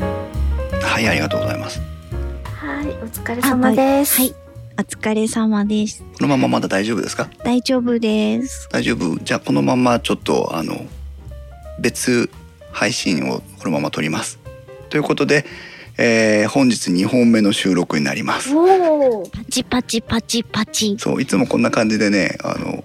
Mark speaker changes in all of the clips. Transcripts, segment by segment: Speaker 1: はい、ありがとうございます。
Speaker 2: はい、お疲れ様です。
Speaker 3: はい。お疲れ様です。
Speaker 1: このまままだ大丈夫ですか
Speaker 3: 大丈夫です。
Speaker 1: 大丈夫じゃあこのままちょっとあの別配信をこのまま撮ります。ということで、えー本日2本目の収録になります。
Speaker 2: おお、
Speaker 3: パチパチパチパチ。
Speaker 1: そういつもこんな感じでねあの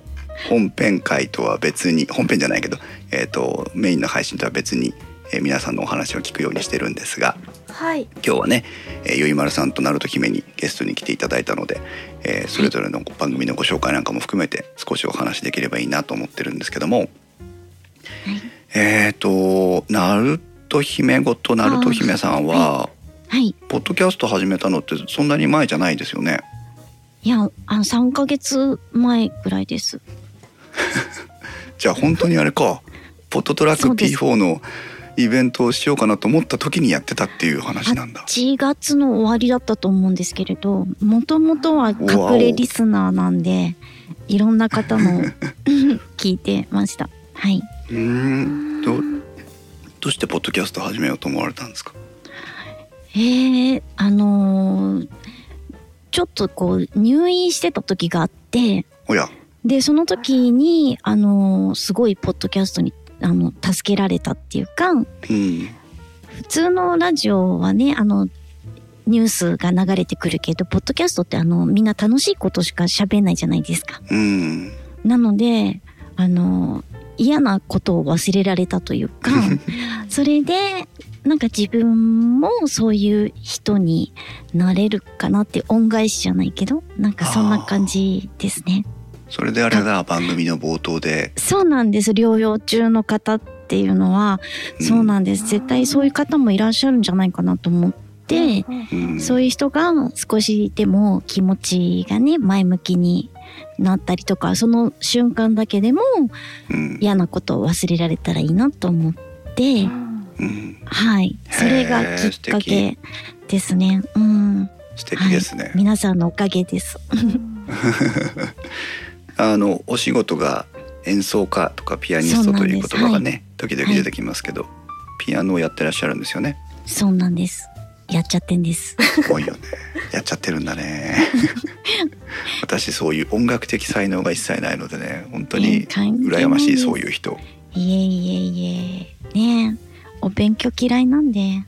Speaker 1: 本編会とは別に本編じゃないけど、えー、とメインの配信とは別に、えー皆さんのお話を聞くようにしてるんですが
Speaker 2: はい、
Speaker 1: 今日はね、えー、ゆいまるさんとなると姫にゲストに来ていただいたので、えーそれぞれの番組のご紹介なんかも含めて少しお話しできればいいなと思ってるんですけども、えっ、となると姫ごとなると姫さんは、
Speaker 3: はい。
Speaker 1: ポッドキャスト始めたのってそんなに前じゃないですよね。
Speaker 3: いや、あの三ヶ月前ぐらいです。
Speaker 1: じゃあ本当にあれ かポットトラック
Speaker 3: そうです
Speaker 1: P4 のイベントをしようかなと思った時にやってたっていう話なんだ。
Speaker 3: 8月の終わりだったと思うんですけれど、もともとは隠れリスナーなんで、 いろんな方の 聞いてました。はい。
Speaker 1: うーんどどうしてポッドキャスト始めようと思われたんですか
Speaker 3: えー、あのーちょっとこう入院してた時があって、
Speaker 1: おや
Speaker 3: でその時にあのすごいポッドキャストにあの助けられたっていうか
Speaker 1: うん
Speaker 3: 普通のラジオはねあのニュースが流れてくるけどポッドキャストってあのみんな楽しいことしか喋んないじゃないですか。
Speaker 1: うん
Speaker 3: なのであの嫌なことを忘れられたというかそれでなんか自分もそういう人になれるかなって恩返しじゃないけどなんかそんな感じですね。
Speaker 1: それであれだ番組の冒頭で、
Speaker 3: そうなんです療養中の方っていうのは、そうなんです絶対そういう方もいらっしゃるんじゃないかなと思って、
Speaker 1: うん、
Speaker 3: そういう人が少しでも気持ちがね前向きになったりとかその瞬間だけでも
Speaker 1: うん
Speaker 3: 嫌なことを忘れられたらいいなと思って、
Speaker 1: うん、
Speaker 3: はいそれがきっかけですね。うん
Speaker 1: 素敵ですね、
Speaker 3: 皆さんのおかげです。
Speaker 1: あのお仕事が演奏家とかピアニスト
Speaker 3: そうなん
Speaker 1: と
Speaker 3: です
Speaker 1: いう言葉がね、時々出てきますけど、ピアノをやってらっしゃるんですよ ね。
Speaker 3: そうなんです。やっちゃってんです。
Speaker 1: 多いよね。やっちゃってるんだ ね。私そういう音楽的才能が一切ないのでね、本当に羨ましいそういう人。
Speaker 3: いえいえいえ。ねえ、お勉強嫌いなんで。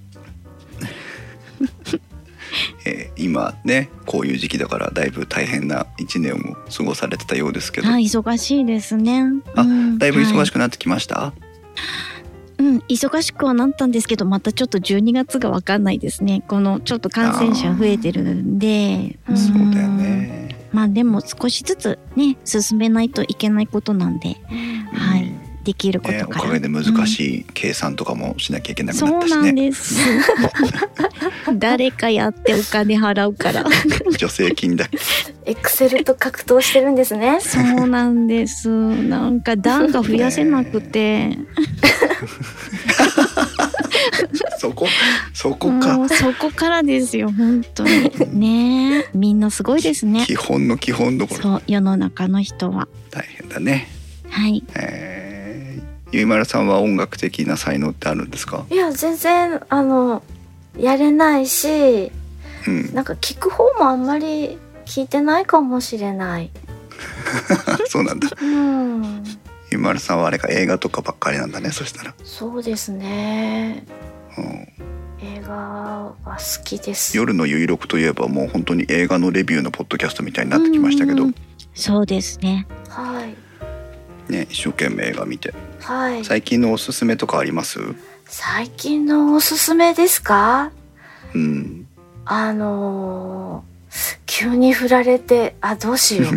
Speaker 1: えー今ね、こういう時期だからだいぶ大変な一年を過ごされてたようですけど、
Speaker 3: はい、忙しいですね。
Speaker 1: あ
Speaker 3: うん
Speaker 1: だいぶ忙し
Speaker 3: は
Speaker 1: くなってきました。
Speaker 3: いうん、忙しくはなったんですけど、またちょっと12月がわかんないですね。このちょっと感染者増えてるんで。
Speaker 2: あー
Speaker 3: ん
Speaker 1: そうだよ。ね。
Speaker 3: まあでも少しずつね、進めないといけないことなんで、は
Speaker 1: う
Speaker 3: い
Speaker 1: ん、
Speaker 3: できること
Speaker 1: ね、
Speaker 3: か
Speaker 1: お
Speaker 3: ら。
Speaker 1: かげで難しい計算とかもしなきゃいけなく
Speaker 3: そ
Speaker 1: なっ
Speaker 3: う
Speaker 1: たし
Speaker 3: なん
Speaker 1: ね。
Speaker 3: です。 誰かやってお金払う から。
Speaker 1: 助成金だ。
Speaker 2: エクセルと格闘してるんですね。
Speaker 3: そうなんです。なんか段が増やせなくて。
Speaker 1: そこ、そこか
Speaker 3: も。うそこからですよ本当に ねえみんなすごいですね
Speaker 1: 基本の基本どころ
Speaker 3: そう世の中の人は
Speaker 1: 大変だね。
Speaker 3: はい
Speaker 1: えー、ゆいまるさんは音楽的な才能ってあるんですか？
Speaker 2: いや、全然、あの、やれないし、
Speaker 1: うん、
Speaker 2: なんか聞く方もあんまり聞いてないかもしれない。
Speaker 1: そうなんだ。
Speaker 2: うん、
Speaker 1: ゆいまるさんはあれか映画とかばっかりなんだね。そしたら、
Speaker 2: そうですね。
Speaker 1: うん、
Speaker 2: 映画は好きです。
Speaker 1: 夜のゆいろくといえばもう本当に映画のレビューのポッドキャストみたいになってきましたけど
Speaker 3: うん、そうですね
Speaker 2: はい。
Speaker 1: ね、一生懸命映画見て。
Speaker 2: はい。
Speaker 1: 最近のおすすめとかあります？
Speaker 2: 最近のおすすめですか
Speaker 1: うん、
Speaker 2: あのー急に振られて、あ、どうしよ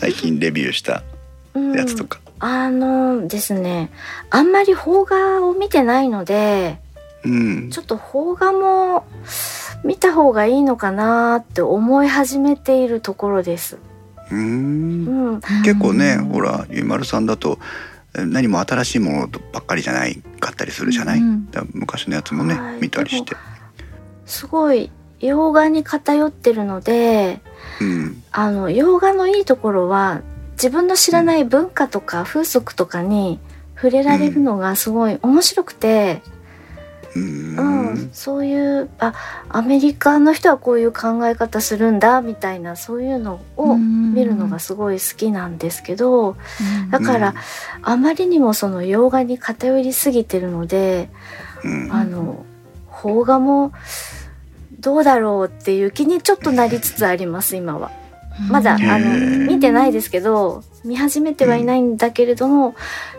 Speaker 1: 最近レビューした
Speaker 2: う。うん
Speaker 1: やつとか。
Speaker 2: あのーですね、あんまり邦画を見てないので、
Speaker 1: うん
Speaker 2: ち、ょっと邦画も見た方がいいのかなーって思い始めているところです。
Speaker 1: うん
Speaker 2: う。ん。
Speaker 1: 結構ね、
Speaker 3: うん
Speaker 1: ほらゆいまるさんだとえ何も新しいものばっかりじゃないかったりするじゃない、
Speaker 3: うん
Speaker 1: だから昔のやつもね、
Speaker 2: はい
Speaker 1: 見たりして、
Speaker 2: すごい、洋画に偏ってるので、
Speaker 1: うん、
Speaker 2: あの洋画のいいところは自分の知らない文化とか風俗とかに触れられるのがすごい面白くて、
Speaker 1: う
Speaker 2: うん
Speaker 1: ん
Speaker 2: そういうあアメリカの人はこういう考え方するんだみたいなそういうのを見
Speaker 3: 見
Speaker 2: るのがすごい好きなんですけどだからあまりにもその洋画に偏りすぎてるので
Speaker 1: うん
Speaker 2: あの邦画もどうだろうっていう気にちょっとなりつつあります今は。まだあ
Speaker 1: へ
Speaker 2: の
Speaker 1: ー
Speaker 2: 見てないですけど見始めてはいないんだけれども、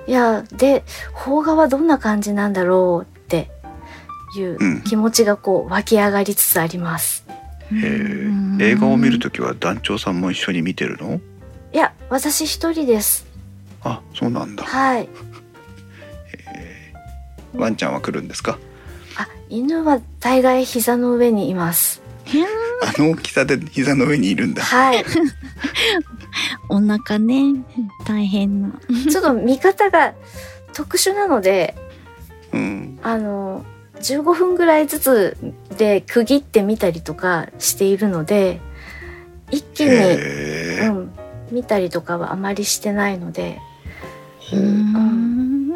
Speaker 2: いやで邦画はどんな感じなんだろうっていう
Speaker 1: うん
Speaker 2: 気持ちがこう湧き上がりつつあります。
Speaker 1: へー映画を見るときは団長さんも一緒に見てるの
Speaker 2: いや私一人です。
Speaker 1: あそうなんだ
Speaker 2: はい。
Speaker 1: ワンちゃんは来るんですか
Speaker 2: あ犬は大概膝の上にいます。
Speaker 1: あの大きさで膝の上にいるんだ
Speaker 2: はい。
Speaker 3: お腹ね大変な
Speaker 2: ちょっと見方が特殊なので
Speaker 1: うん
Speaker 2: あの15分ぐらいずつで区切ってみたりとかしているので一気に。
Speaker 1: へ
Speaker 2: う
Speaker 1: え
Speaker 2: ん、見たりとかはあまりしてないので
Speaker 3: うん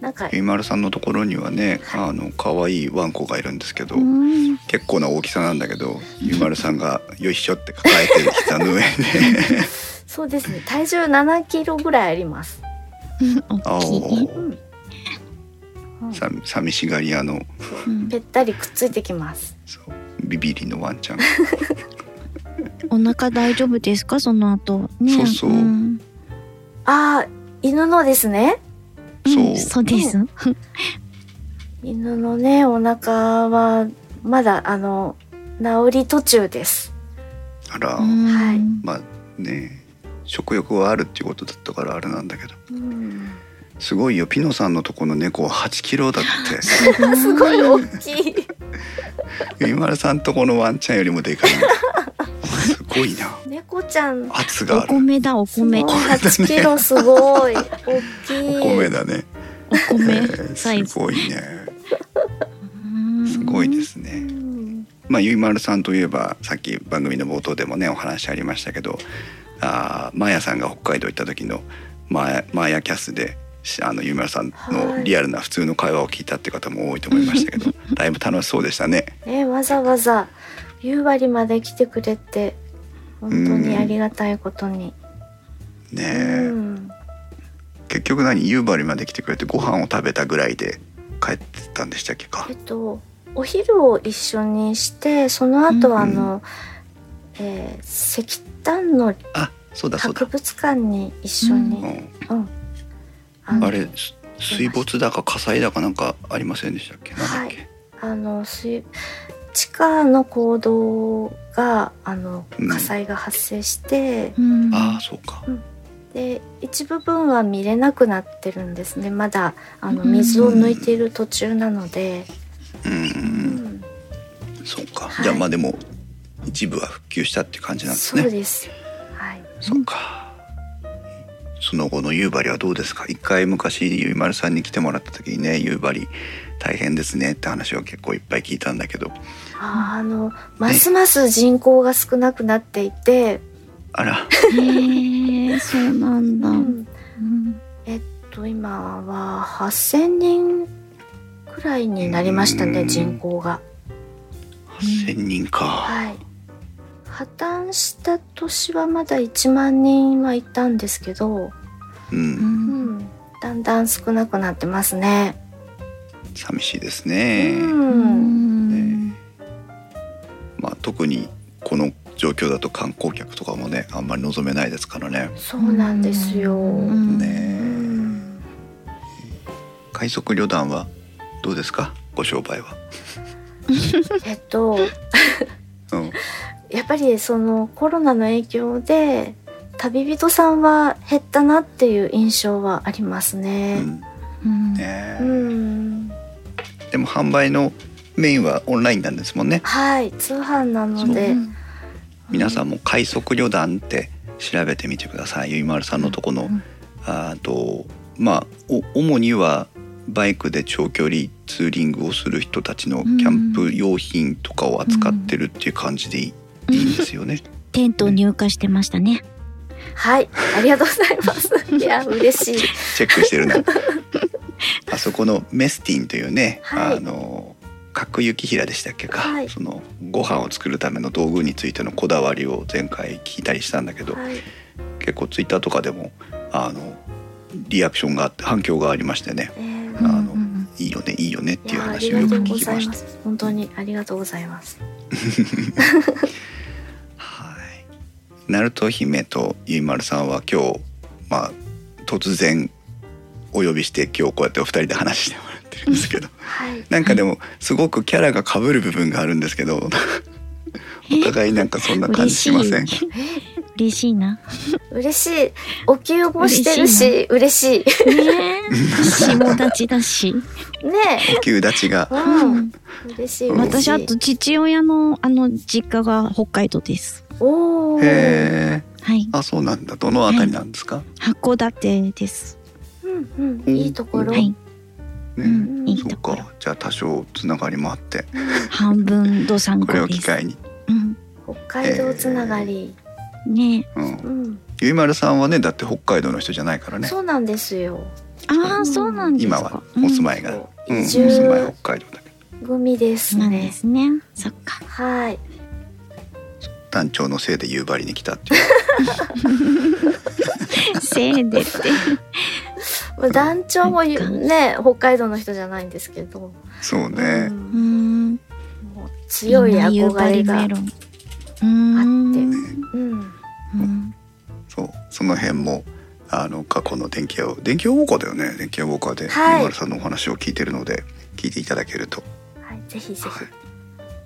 Speaker 2: なんか
Speaker 1: ゆいまるさんのところにはねあの可愛いワンコがいるんですけど
Speaker 3: うん
Speaker 1: 結構な大きさなんだけどゆいまるさんがよいしょって抱えて膝の上で
Speaker 2: そうですね体重7キロぐらいあります、
Speaker 1: あ
Speaker 3: 大きい
Speaker 1: お
Speaker 2: うん
Speaker 1: さ寂しがり屋の
Speaker 3: うん
Speaker 2: ぺったりくっついてきます
Speaker 1: そうビビリのワンちゃん
Speaker 3: お腹大丈夫ですかその後ね
Speaker 1: そうそうん
Speaker 2: あー犬のですね
Speaker 1: そう
Speaker 3: うんそうです
Speaker 2: 犬のねお腹はまだあの治り途中です
Speaker 1: あら、
Speaker 3: うん
Speaker 2: はい
Speaker 1: まあね食欲はあるっていうことだったからあれなんだけど
Speaker 2: うん
Speaker 1: すごいよピノさんのとこの猫は8キロだっ
Speaker 2: すごい大きい
Speaker 1: てゆいまるさんとこのワンちゃんよりもでかいんだすごいな
Speaker 2: 猫ちゃん
Speaker 1: 圧
Speaker 3: お
Speaker 1: がある
Speaker 3: 米だお米お
Speaker 2: 8キロすごい大きい
Speaker 1: お米だね、え
Speaker 3: 米
Speaker 1: ー
Speaker 3: サイズ
Speaker 1: すごいね
Speaker 3: うん
Speaker 1: すごいで
Speaker 2: う
Speaker 1: すね
Speaker 2: ん
Speaker 1: まあゆいまるさんといえばさっき番組の冒頭でもねお話ありましたけどあーマーヤさんが北海道行った時のマーヤマーヤキャスでしあのゆいまるさんのリアルな普通の会話を聞いたって方も多いと思いましたけど、だいぶ楽しそうでしたね。
Speaker 2: ね、わざわざ夕張まで来てくれて本当にありがたいことに、
Speaker 1: ね
Speaker 2: う
Speaker 1: え、
Speaker 2: ん、
Speaker 1: 結局何夕張まで来てくれてご飯を食べたぐらいで帰ってたんでしたっけか
Speaker 2: えっとお昼を一緒にしてその後はあの、えー石炭の
Speaker 1: あそうだそう
Speaker 2: 博
Speaker 1: だ、
Speaker 2: 物館に一緒に、
Speaker 1: う
Speaker 2: うん
Speaker 1: ん、
Speaker 2: あの
Speaker 1: あれす水没だか火災だかなんかありませんでしたっけなんだっけ、
Speaker 2: あの水地下の坑道があの
Speaker 1: うん
Speaker 2: 火災が発生して、
Speaker 3: うん
Speaker 1: ああそうか
Speaker 2: で一部分は見れなくなってるんですねまだあの
Speaker 3: うん
Speaker 2: 水を抜いている途中なので。
Speaker 1: うんうんうん
Speaker 2: うん
Speaker 1: そうか、
Speaker 2: はい
Speaker 1: じゃあまあでも一部は復旧したって感じなんです
Speaker 2: そ
Speaker 1: ね
Speaker 2: うです。はい。
Speaker 1: そっかその後の夕張はどうですか一回昔ゆいまるさんに来てもらった時にね夕張大変ですねって話を結構いっぱい聞いたんだけど
Speaker 2: あーあのますます人口が少なくなっていて、
Speaker 1: あら
Speaker 3: へえそうなんだ
Speaker 2: う
Speaker 3: うん
Speaker 2: んと今は8,000人くらいになりました
Speaker 1: う
Speaker 2: ね
Speaker 1: ん
Speaker 2: 人口が。
Speaker 1: 8,000人か、
Speaker 2: はい。破綻した年はまだ1万人はいたんですけど、
Speaker 1: う、
Speaker 3: う
Speaker 2: う
Speaker 3: ん
Speaker 2: んん、だんだん少なくなってますね。
Speaker 1: 寂しいです
Speaker 2: う
Speaker 1: ね、
Speaker 2: ん。
Speaker 1: まあ、特にこの状況だと観光客とかもねあんまり望めないですからね
Speaker 2: そうなんですよ。
Speaker 3: うん
Speaker 2: う
Speaker 1: ね
Speaker 2: ん
Speaker 1: 海賊旅団はどうですかご商売は、
Speaker 2: えっと
Speaker 1: うん、
Speaker 2: やっぱりそのコロナの影響で旅人さんは減ったなっていう印象はあります
Speaker 1: う
Speaker 2: ね。
Speaker 1: ん
Speaker 3: うん
Speaker 1: ね
Speaker 2: う、ん、
Speaker 1: でも販売のメインはオンラインなんですもんね
Speaker 2: はい、通販なので、
Speaker 3: うん
Speaker 1: 皆さんも海賊旅団って調べてみてくださいゆいまるさんのとこの
Speaker 3: うん
Speaker 1: あとまあお主にはバイクで長距離ツーリングをする人たちのキャンプ用品とかを扱ってるっていう感じでいい,、いいんですよね。
Speaker 3: テント入荷してましたね
Speaker 2: はい、ありがとうございます。いや、嬉しい。
Speaker 1: チェックしてるね。あそこのメスティンというね、
Speaker 2: はい
Speaker 1: あの角幸平でしたっけか、
Speaker 2: はい
Speaker 1: そのご飯を作るための道具についてのこだわりを前回聞いたりしたんだけど、
Speaker 2: はい、
Speaker 1: 結構ツイッターとかでもあのリアクションがあって反響がありましてね
Speaker 2: えー
Speaker 1: あの
Speaker 3: うんうん
Speaker 1: いいよねいいよねっていう
Speaker 2: やあ
Speaker 1: 話
Speaker 2: り
Speaker 1: をよく
Speaker 2: がとう
Speaker 1: 聞
Speaker 2: ご
Speaker 1: き
Speaker 2: ざ
Speaker 1: ま
Speaker 2: い
Speaker 1: し
Speaker 2: ま
Speaker 1: た。
Speaker 2: す。本当にありがとうございます。
Speaker 1: はい。ナルト姫とゆいまるさんは今日まあ突然お呼びして今日こうやってお二人で話してもらってるんですけど、
Speaker 2: はい。
Speaker 1: なんかでもすごくキャラが被る部分があるんですけ ど、お互いなんかそんな感じしません。
Speaker 3: 嬉しい嬉しいな。
Speaker 2: 嬉しい。お給もしてるし、嬉し
Speaker 3: ねえ、下立ちだし。
Speaker 2: い。ね
Speaker 1: お給立ちが
Speaker 2: え。う。
Speaker 3: うんん、
Speaker 2: 嬉しい。
Speaker 1: うん
Speaker 2: 嬉し
Speaker 3: 私
Speaker 2: い
Speaker 3: あと父親のあの実家が北海道です。
Speaker 2: お
Speaker 1: へ
Speaker 2: お。
Speaker 1: え。
Speaker 3: はい、
Speaker 1: あそうなんだ。どのあたりなんですか。
Speaker 3: 函館です。
Speaker 2: うんうん。いいところ。
Speaker 1: うん
Speaker 3: はい、う
Speaker 1: ね。
Speaker 3: ん、
Speaker 2: い
Speaker 3: い
Speaker 2: い
Speaker 3: い
Speaker 1: そ
Speaker 3: と
Speaker 1: う
Speaker 3: ころ。
Speaker 1: か。じゃあ多少つながりもあって、
Speaker 3: 半分どさんこ
Speaker 1: これを
Speaker 3: で
Speaker 1: 機
Speaker 3: す。
Speaker 1: 会に。
Speaker 3: うん、
Speaker 2: 北海道つながり。
Speaker 3: ね
Speaker 1: うん。
Speaker 2: うん。
Speaker 1: ゆいまるさんはねだって北海道の人じゃないからね。
Speaker 2: そうなんですよ。
Speaker 3: え、ああ、そうなんですか。
Speaker 1: 今はお住まいが、
Speaker 2: そう
Speaker 1: うん、お
Speaker 2: 移住
Speaker 1: 住まい北海道だけど
Speaker 2: 組で
Speaker 3: う
Speaker 2: す
Speaker 3: んなんで
Speaker 2: ね。
Speaker 3: すね。そっか。
Speaker 2: はい。
Speaker 1: 団長のせいで夕張に来たって いう
Speaker 3: せいでって。
Speaker 2: まあ団長もゆ
Speaker 3: うん
Speaker 2: ね北海道の人じゃないんですけど。
Speaker 1: そう
Speaker 2: う
Speaker 1: ね、
Speaker 3: うんーん。
Speaker 2: もう強い憧れが
Speaker 3: 夕張メ。ロン。うーん。
Speaker 2: うん。
Speaker 3: うん
Speaker 1: そうその辺もあの過去の電気屋を電気屋ウォーカーだよね電気屋ウォーカーで
Speaker 2: はい
Speaker 1: ゆいまるさんのお話を聞いてるので聞いていただけると、
Speaker 2: はい。ぜひぜ
Speaker 1: は
Speaker 2: ひ
Speaker 1: い。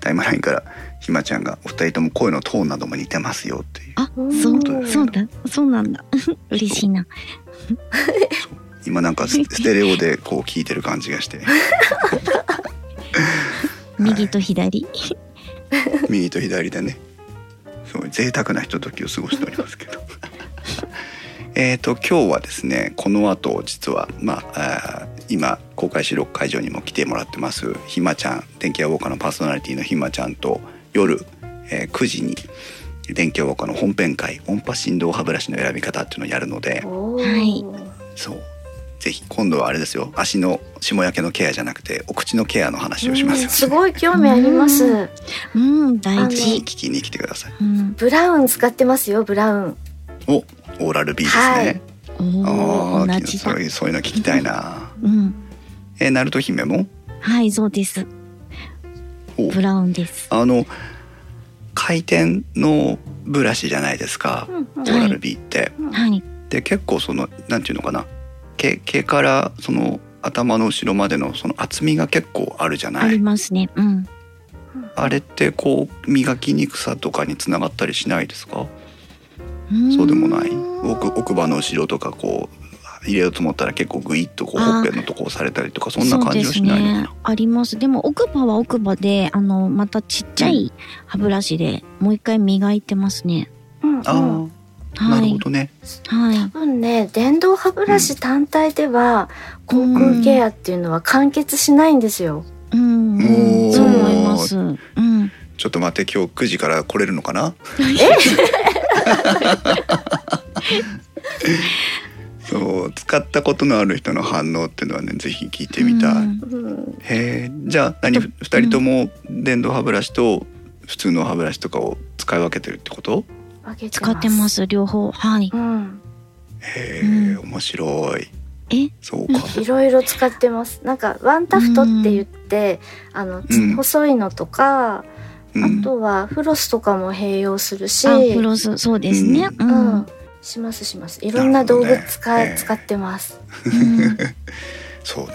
Speaker 1: タイムラインからひまちゃんがお二人とも声のトーンなども似てますよっていう
Speaker 3: あ、
Speaker 2: うん
Speaker 3: そ
Speaker 1: 本当
Speaker 3: う、
Speaker 1: です
Speaker 3: そうだ、そうなんだ。 嬉しいな。
Speaker 1: 今なんか スステレオでこう聞いてる感じがして
Speaker 3: 右と左。
Speaker 1: 右と左でねすごい贅沢なひとときを過ごしておりますけど えーと今日はですねこの後実は、まあ、あー今公開収録会場にも来てもらってますひまちゃん電気屋ウォーカーのパーソナリティのひまちゃんと夜、えー9時に電気屋ウォーカーの本編会音波振動歯ブラシの選び方っていうのをやるので
Speaker 2: おお。
Speaker 3: はい
Speaker 1: そうぜひ今度はあれですよ足の下焼けのケアじゃなくてお口のケアの話をします
Speaker 2: う
Speaker 1: よ
Speaker 2: んすごい興味あります。
Speaker 3: うん、大
Speaker 1: ぜひ聞
Speaker 3: 事。
Speaker 1: きに来てください
Speaker 3: うん。
Speaker 2: ブラウン使ってますよ、ブラウン。
Speaker 1: おオーラル B ですね、
Speaker 2: はい
Speaker 3: お
Speaker 1: あ
Speaker 3: お、
Speaker 1: あ
Speaker 3: 同
Speaker 1: ー、
Speaker 3: じ
Speaker 1: そ
Speaker 3: だ
Speaker 1: う。いうそういうの聞きたいな。
Speaker 3: うん。
Speaker 1: えー、ナルト姫も
Speaker 3: はい、そうです。
Speaker 1: お
Speaker 3: ブラウンです。
Speaker 1: あの回転のブラシじゃないですか。オー
Speaker 3: は
Speaker 1: ラ
Speaker 3: い
Speaker 1: ル B って、
Speaker 3: はい。
Speaker 1: で結構そのなんていうのかな、毛毛からその頭の後ろまでのその厚みが結構あるじゃ
Speaker 3: あ
Speaker 1: な
Speaker 3: り
Speaker 1: い。
Speaker 3: ますね。うん。
Speaker 1: あれってこう磨きにくさとかにつながったりしないですか？そうでもない。奥奥歯の後ろとかこう入れようと思ったら結構グイッとこう
Speaker 3: あー
Speaker 1: ほっぺのとこ押されたりとかそんな感じはしないのか
Speaker 3: そうです
Speaker 1: な
Speaker 3: ね。あります。でも奥歯は奥歯で、あのまたちっちゃい歯ブラシでもう一回磨いてますね。
Speaker 2: うんうん
Speaker 1: ああ、
Speaker 3: は。
Speaker 1: ないるほどね。
Speaker 3: はい。
Speaker 2: 多分ね電動歯ブラシ単体では口腔ケアっていうのは完結しないんですよ。
Speaker 3: うん、う
Speaker 1: おー
Speaker 3: ん、そう思います。うん。
Speaker 1: ちょっと待って今日9時から来れるのかな そう使ったことのある人の反応っていうのはねぜひ聞いてみたい、
Speaker 3: うん
Speaker 2: うん、
Speaker 1: へえじゃあ何
Speaker 3: と
Speaker 1: 2人とも電動歯ブラシと普通の歯ブラシとかを使い分けてるってこと
Speaker 2: 分け。
Speaker 3: 使ってますす。両方。はい。
Speaker 2: うん、
Speaker 1: へえ、
Speaker 3: う
Speaker 1: 面白い
Speaker 3: え
Speaker 1: そうか
Speaker 2: いろいろ使ってます。なんかワンタフトって言って、あの
Speaker 1: うん
Speaker 2: 細いのとか、
Speaker 1: うん
Speaker 2: あとはフロスとかも併用するし、
Speaker 3: あ、フロス、そうですね。
Speaker 1: う
Speaker 3: う。
Speaker 2: うん
Speaker 3: うん
Speaker 2: ん、しますします。いろんな道
Speaker 1: な
Speaker 2: 具
Speaker 1: るほどね
Speaker 2: 使
Speaker 1: ええ
Speaker 2: え使ってます。
Speaker 1: そうね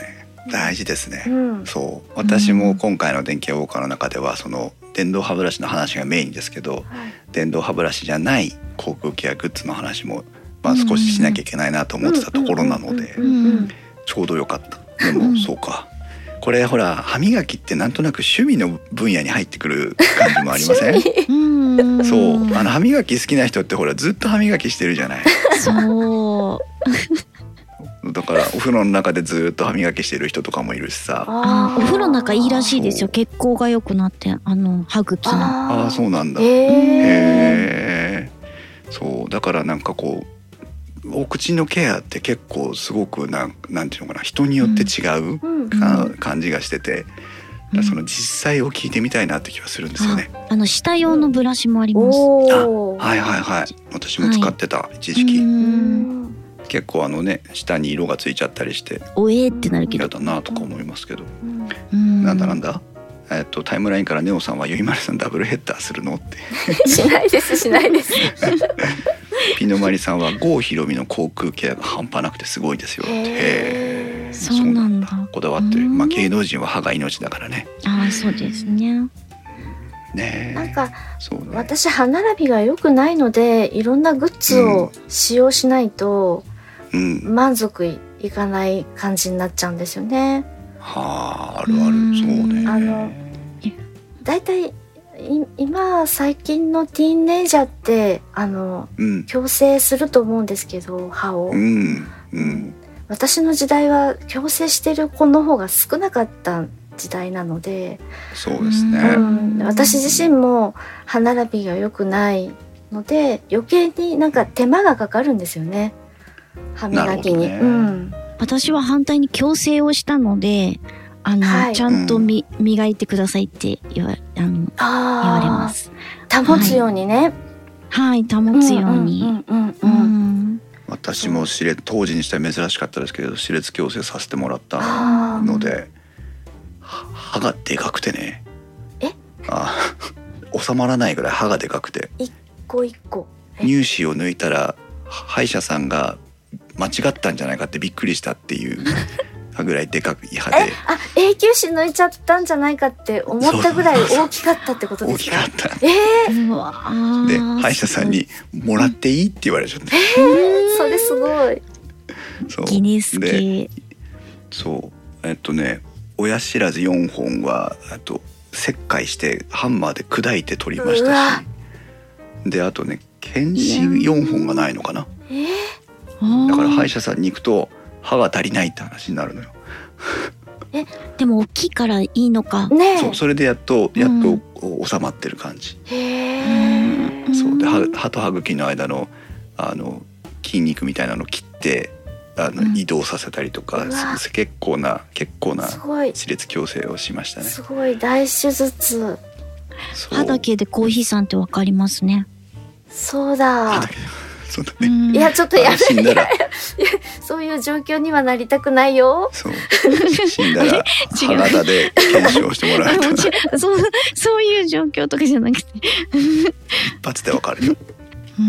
Speaker 1: 大事ですね、
Speaker 2: うん、
Speaker 1: そう私も今回の電気屋ウォーカーの中ではその電動歯ブラシの話がメインですけど、
Speaker 2: はい、
Speaker 1: 電動歯ブラシじゃない航空ケアグッズの話も、まあ、少ししなきゃいけないなと思ってたところなので
Speaker 2: うんうんうんうん
Speaker 1: ちょうどよかったで
Speaker 3: う
Speaker 1: も
Speaker 3: ん
Speaker 1: そうかこれほら歯磨きってなんとなく趣味の分野に入ってくる感じもあり ません
Speaker 3: うん。
Speaker 1: そうあの歯磨き好きな人ってほらずっと歯磨きしてるじゃない
Speaker 3: そう。
Speaker 1: だからお風呂の中でずっと歯磨きしてる人とかもいるしさ
Speaker 3: あ
Speaker 2: ー
Speaker 3: お風呂の中いいらしいです
Speaker 1: そ
Speaker 3: よ
Speaker 1: う
Speaker 3: 血行が良くなってあの歯茎の
Speaker 1: ああーそううなんだ
Speaker 2: へえ
Speaker 1: へえそうだからなんかこうお口のケアって結構すごくなんなんていうのかな人によって違う
Speaker 2: うん
Speaker 1: か感じがしてて、
Speaker 3: うん
Speaker 1: その実際を聞いてみたいなって気はするんですよね。
Speaker 3: あの下用のブラシもあります。
Speaker 2: おお
Speaker 1: はいはいはい私も使ってた、一時
Speaker 3: う
Speaker 1: 期
Speaker 3: ん
Speaker 1: 結構あのね下に色がついちゃったりして
Speaker 3: おえーってなるけ
Speaker 1: 嫌
Speaker 3: ど。
Speaker 1: だなとか思いますけど、
Speaker 3: な
Speaker 1: なんだなん
Speaker 3: だ。
Speaker 1: だえっとタイムラインからネオさんは「ゆいまるさんダブルヘッダーするの?」って
Speaker 2: しないですしないです
Speaker 1: ピノマリさんは「郷ひろみの口腔ケアが半端なくてすごいですよ」ってへ
Speaker 2: へー
Speaker 3: そうなんだ
Speaker 1: そうこだわってる、
Speaker 3: うん
Speaker 1: まあ、芸能人は歯が命だからね
Speaker 3: ああ、そうですね。
Speaker 1: ねえ
Speaker 2: なんか
Speaker 1: そうね
Speaker 2: 私歯並びが良くないのでいろんなグッズを使用しないと
Speaker 1: うん
Speaker 2: 満足いかない感じになっちゃうんですよね。
Speaker 1: はああるあるそうね
Speaker 2: あのだいたいい今最近のティーンエイジャーってあの
Speaker 1: うん
Speaker 2: 矯正すると思うんですけど歯を、
Speaker 1: うんうん
Speaker 2: 私の時代は矯正してる子の方が少なかった時代なので、
Speaker 1: そうですね、
Speaker 3: え
Speaker 2: うん、私自身も歯並びが良くないので余計になんか手間がかかるんですよね歯磨きに、
Speaker 1: なる
Speaker 2: う
Speaker 1: ほどね
Speaker 2: ん、
Speaker 3: 私は反対に矯正をしたので、あの、
Speaker 2: はい
Speaker 3: ちゃんとみ、磨いてくださいって言わ、あの、言われま
Speaker 2: あ
Speaker 3: す。
Speaker 2: あ保つようにね、
Speaker 3: はい、保つように。
Speaker 2: うんうん
Speaker 3: う
Speaker 2: うんうんうん
Speaker 3: ん。
Speaker 1: 私も熾烈当時にしては珍しかったですけど熾烈矯正させてもらった
Speaker 2: あー
Speaker 1: のでは歯がでかくてね
Speaker 2: え
Speaker 1: あ 収まらないぐらい歯がでかくて
Speaker 2: 一個一個え
Speaker 1: 乳歯を抜いたら歯医者さんが間違ったんじゃないかってびっくりしたっていうぐらいでかい歯で
Speaker 2: あ永久歯抜いちゃったんじゃないかって思ったぐらい大きかったってことで
Speaker 1: 大
Speaker 2: す
Speaker 1: き
Speaker 2: か
Speaker 1: かった。
Speaker 2: ええ
Speaker 3: うわー
Speaker 1: で歯医者さん。に「もらっていい?」って言われちゃって
Speaker 2: ー、それすごい
Speaker 1: そ
Speaker 3: ギ
Speaker 1: う
Speaker 3: ネス系。
Speaker 1: そうえっとね親知らず4本はあと切開してハンマーで砕いて取りまし
Speaker 2: う
Speaker 1: た
Speaker 2: わ
Speaker 1: しであとね検視4本がないのかな
Speaker 2: ええ
Speaker 3: あー
Speaker 1: だから歯医者さんに行くと歯が足りないって話になるのよ。
Speaker 3: でも大きいからいいのか。
Speaker 2: ねえ
Speaker 1: そうそれでやっと
Speaker 3: うん
Speaker 1: やっとこう収まってる感じ。
Speaker 2: へえ
Speaker 3: ん
Speaker 1: そうで
Speaker 3: う
Speaker 1: 歯歯と歯茎の間のあの筋肉みたいなの切ってあの、
Speaker 3: うん
Speaker 1: 移動させたりとか
Speaker 2: うわ
Speaker 1: す結構な結構な
Speaker 2: すごい
Speaker 1: 歯列矯正をしましたね。
Speaker 2: すごい大手術
Speaker 1: そう
Speaker 3: 歯だけでコーヒーさんってわかりますね。
Speaker 2: そう
Speaker 1: 歯
Speaker 2: だ
Speaker 1: だけ そうだ
Speaker 3: う
Speaker 1: ね。
Speaker 3: ん
Speaker 2: いやちょっとや
Speaker 1: あの死んだら
Speaker 2: そういう状況にはなりたくないよ
Speaker 1: そう死んだら歯
Speaker 3: 違う
Speaker 1: 型で検証してもらえ
Speaker 3: あ
Speaker 1: たら
Speaker 3: も
Speaker 1: 一
Speaker 3: ちろんそうそういう状況とかじゃなくて。
Speaker 1: 発でわかるよ。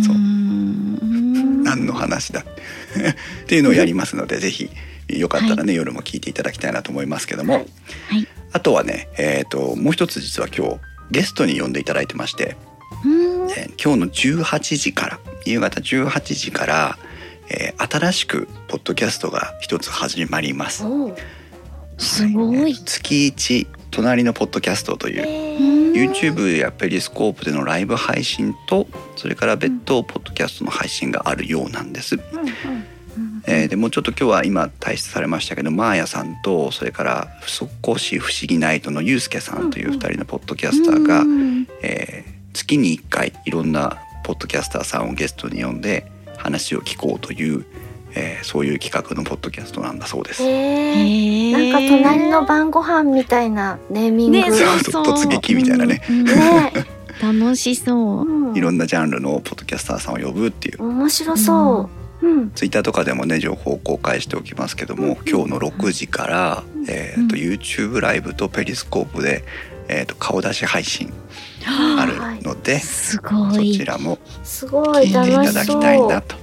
Speaker 3: そ
Speaker 1: そう
Speaker 3: うん。
Speaker 1: 何の話だ っていうのをやりますので、ぜひよかったらね、夜も聞いていただきたいなと思いますけども、
Speaker 2: はい
Speaker 3: はい
Speaker 1: あとはね、えー、ともう一つ実は今日ゲストに呼んでいただいてまして、
Speaker 3: うん
Speaker 1: えー今日の18時から夕方18時から、えー新しくポッドキャストが一つ始まります。
Speaker 2: おう
Speaker 3: すご
Speaker 1: え
Speaker 3: い
Speaker 1: ー。月一隣のポッドキャストという
Speaker 2: え
Speaker 3: う
Speaker 2: ー
Speaker 3: ん
Speaker 1: YouTube やペリスコープでのライブ配信とそれから別途ポッドキャストの配信があるようなんです。
Speaker 2: うんうん
Speaker 1: えーでもうちょっと今日は今退出されましたけどマーヤさんとそれから「少し不思議ナイト」のユうスケさんという2人のポッドキャスターが、
Speaker 3: うん
Speaker 1: えー月に1回いろんなポッドキャスターさんをゲストに呼んで話を聞こうという、えーそういう企画のポッドキャストなんだそうです。
Speaker 2: へえ
Speaker 3: へ
Speaker 2: なん
Speaker 3: ー
Speaker 2: か隣の晩ご飯みたいなネーミング
Speaker 3: ねそうそう
Speaker 1: 突撃みたいなね。
Speaker 3: うんうん
Speaker 2: ね
Speaker 3: 楽しそう。
Speaker 2: うん
Speaker 1: いろんなジャンルのポッドキャスターさんを呼ぶっていう
Speaker 2: 面白そううん
Speaker 1: ツイッターとかでもね情報を公開しておきますけども今日の6時から、えーと YouTube ライブとペリスコープで、えーと顔出し配信あるので、
Speaker 3: すご
Speaker 1: そ
Speaker 3: い
Speaker 1: ち。らも
Speaker 2: すご
Speaker 1: 聞い
Speaker 2: い
Speaker 1: てい
Speaker 2: 楽
Speaker 1: た
Speaker 2: し
Speaker 1: だき
Speaker 2: そう
Speaker 1: たいなと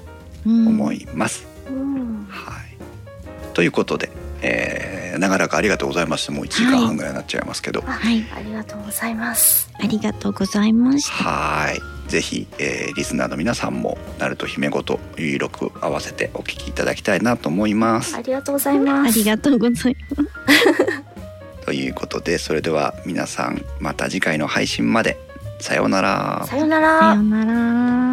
Speaker 3: 思
Speaker 1: 思。います。
Speaker 2: うん
Speaker 1: はい、ということで、えー長らくありがとうございましたもう1時間半ぐらいになっちゃいますけど、は
Speaker 3: はい。
Speaker 2: ありがとうございます
Speaker 3: ありがとうございました。
Speaker 1: いぜひ、えーリスナーの皆さんも「ナルト姫ごと」「ゆいろく」合わせてお聞きいただきたいなと思います
Speaker 2: あ。りがとうございます
Speaker 3: ありがとうございます。
Speaker 1: ということでそれでは皆さんまた次回の配信までさようなら
Speaker 2: さよな
Speaker 3: さ
Speaker 2: ら
Speaker 3: ようなら。